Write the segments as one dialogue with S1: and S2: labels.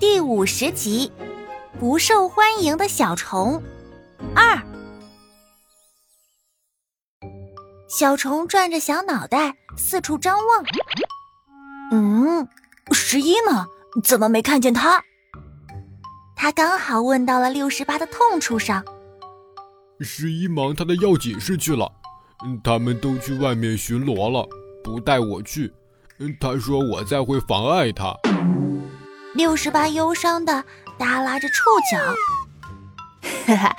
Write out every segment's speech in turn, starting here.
S1: 第五十集《不受欢迎的小虫》二。小虫转着小脑袋四处张望，嗯，十一呢？怎么没看见他？他刚好问到了六十八的痛处上。
S2: 十一忙他的药解释去了，嗯他们都去外面巡逻了，不带我去。嗯他说我再会妨碍他。
S1: 六十八忧伤的耷拉着触角。哈哈，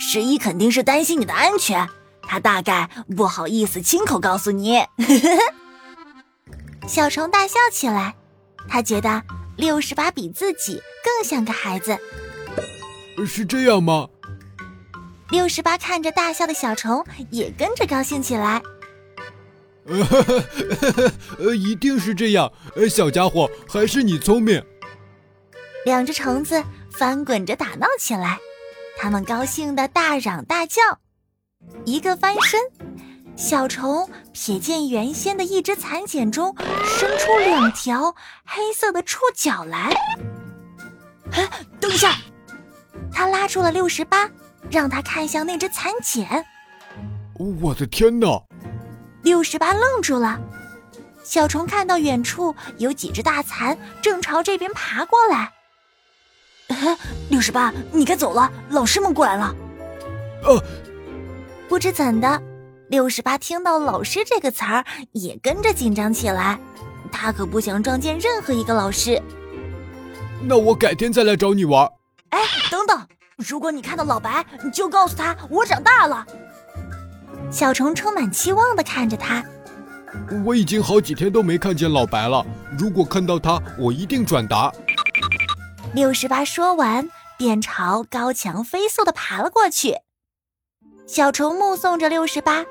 S1: 十一肯定是担心你的安全，他大概不好意思亲口告诉你。 小虫大笑起来，他觉得六十八比自己更像个孩子。
S2: 呃是这样吗？
S1: 六十八看着大笑的小虫，也跟着高兴起来。
S2: 呃 呵呵呵呵呃，一定是这样。呃，小家伙，还是你聪明。
S1: 两只虫子翻滚着打闹起来，它们高兴的大嚷大叫。一个翻身，小虫瞥见原先的一只蚕茧中伸出两条黑色的触角来。哎，等一下！它拉住了六十八，让他看向那只蚕茧。
S2: 我的天哪！
S1: 六十八愣住了。小虫看到远处有几只大蚕正朝这边爬过来。 六十八，你该走了，老师们过来了。
S2: 呃，
S1: 不知怎的，六十八听到“老师”这个词儿，也跟着紧张起来。他可不想撞见任何一个老师。
S2: 那我改天再来找你玩。
S1: 哎，等等，如果你看到老白，你就告诉他我长大了。小虫充满期望地看着他。
S2: 我已经好几天都没看见老白了，如果看到他，我一定转达。
S1: 六十八说完，便朝高墙飞速地爬了过去。小虫目送着六十八，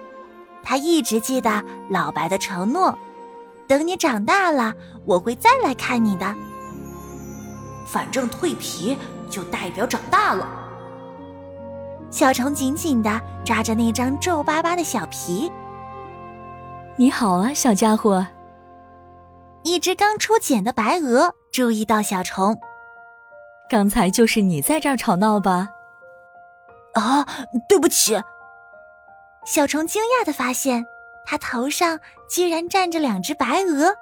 S1: 他一直记得老白的承诺：等你长大了，我会再来看你的。反正蜕皮就代表长大了。小虫紧紧地抓着那张皱巴巴的小皮。
S3: 你好啊，小家伙。
S1: 一只刚出茧的白鹅注意到小虫。
S3: 刚才就是你在这儿吵闹吧？
S1: 啊，对不起。小虫惊讶地发现，它头上居然站着两只白鹅，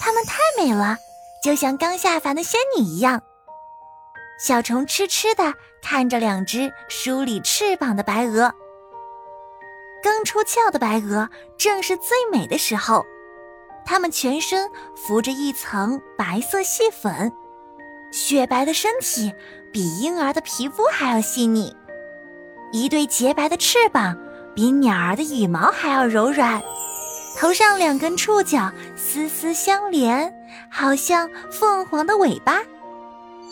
S1: 它们太美了，就像刚下凡的仙女一样。小虫痴痴地看着两只梳理翅膀的白鹅。刚出鞘的白鹅正是最美的时候，它们全身浮着一层白色细粉，雪白的身体比婴儿的皮肤还要细腻，一对洁白的翅膀比鸟儿的羽毛还要柔软，头上两根触角丝丝相连，好像凤凰的尾巴，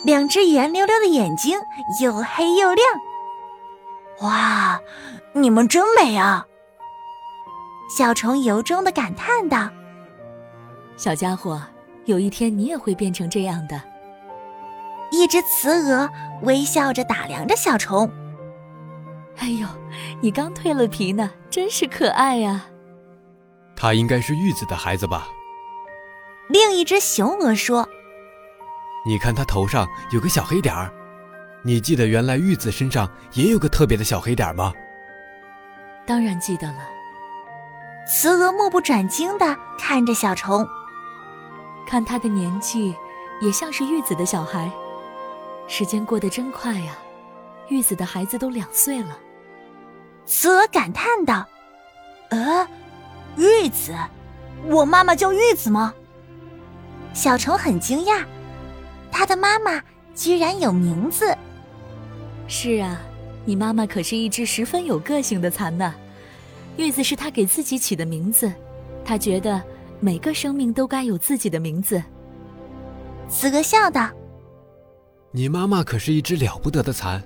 S1: 两只圆溜溜的眼睛又黑又亮。哇，你们真美啊！小虫由衷的感叹道。
S3: 小家伙，有一天你也会变成这样的。
S1: 一只雌鹅微笑着打量着小虫。
S3: 哎呦，你刚蜕了皮呢，真是可爱啊呀、
S2: 他应该是玉子的孩子吧？
S1: 另一只雄鹅说
S4: 你看它头上有个小黑点儿，你记得原来玉子身上也有个特别的小黑点儿吗？
S3: 当然记得了。：“
S1: 雌鹅目不转睛的看着小虫。
S3: 看他的年纪，也像是玉子的小孩。时间过得真快呀、玉子的孩子都两岁了。”
S1: 雌鹅感叹道：“呃，玉子，我妈妈叫玉子吗？”小虫很惊讶，他的妈妈居然有名字。
S3: 是啊，你妈妈可是一只十分有个性的蚕呢。玉子是她给自己起的名字，她觉得每个生命都该有自己的名字。
S1: 雌鹅笑道。
S4: 你妈妈可是一只了不得的蚕，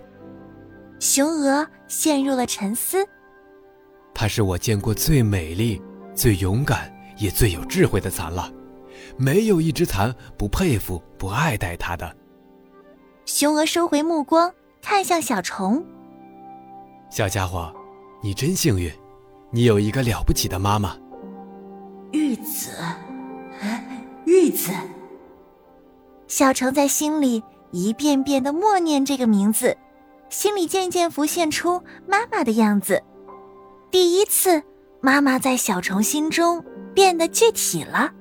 S1: 雄鹅陷入了沉思。
S4: 她是我见过最美丽、最勇敢也最有智慧的蚕了，没有一只蚕不佩服、不爱戴她的。
S1: 雄鹅收回目光，看向小虫。
S4: 小家伙，你真幸运，你有一个了不起的妈妈。
S1: 啊玉子，玉子。小橙在心里一遍遍的默念这个名字，心里渐渐浮现出妈妈的样子。第一次，妈妈在小虫心中变得具体了。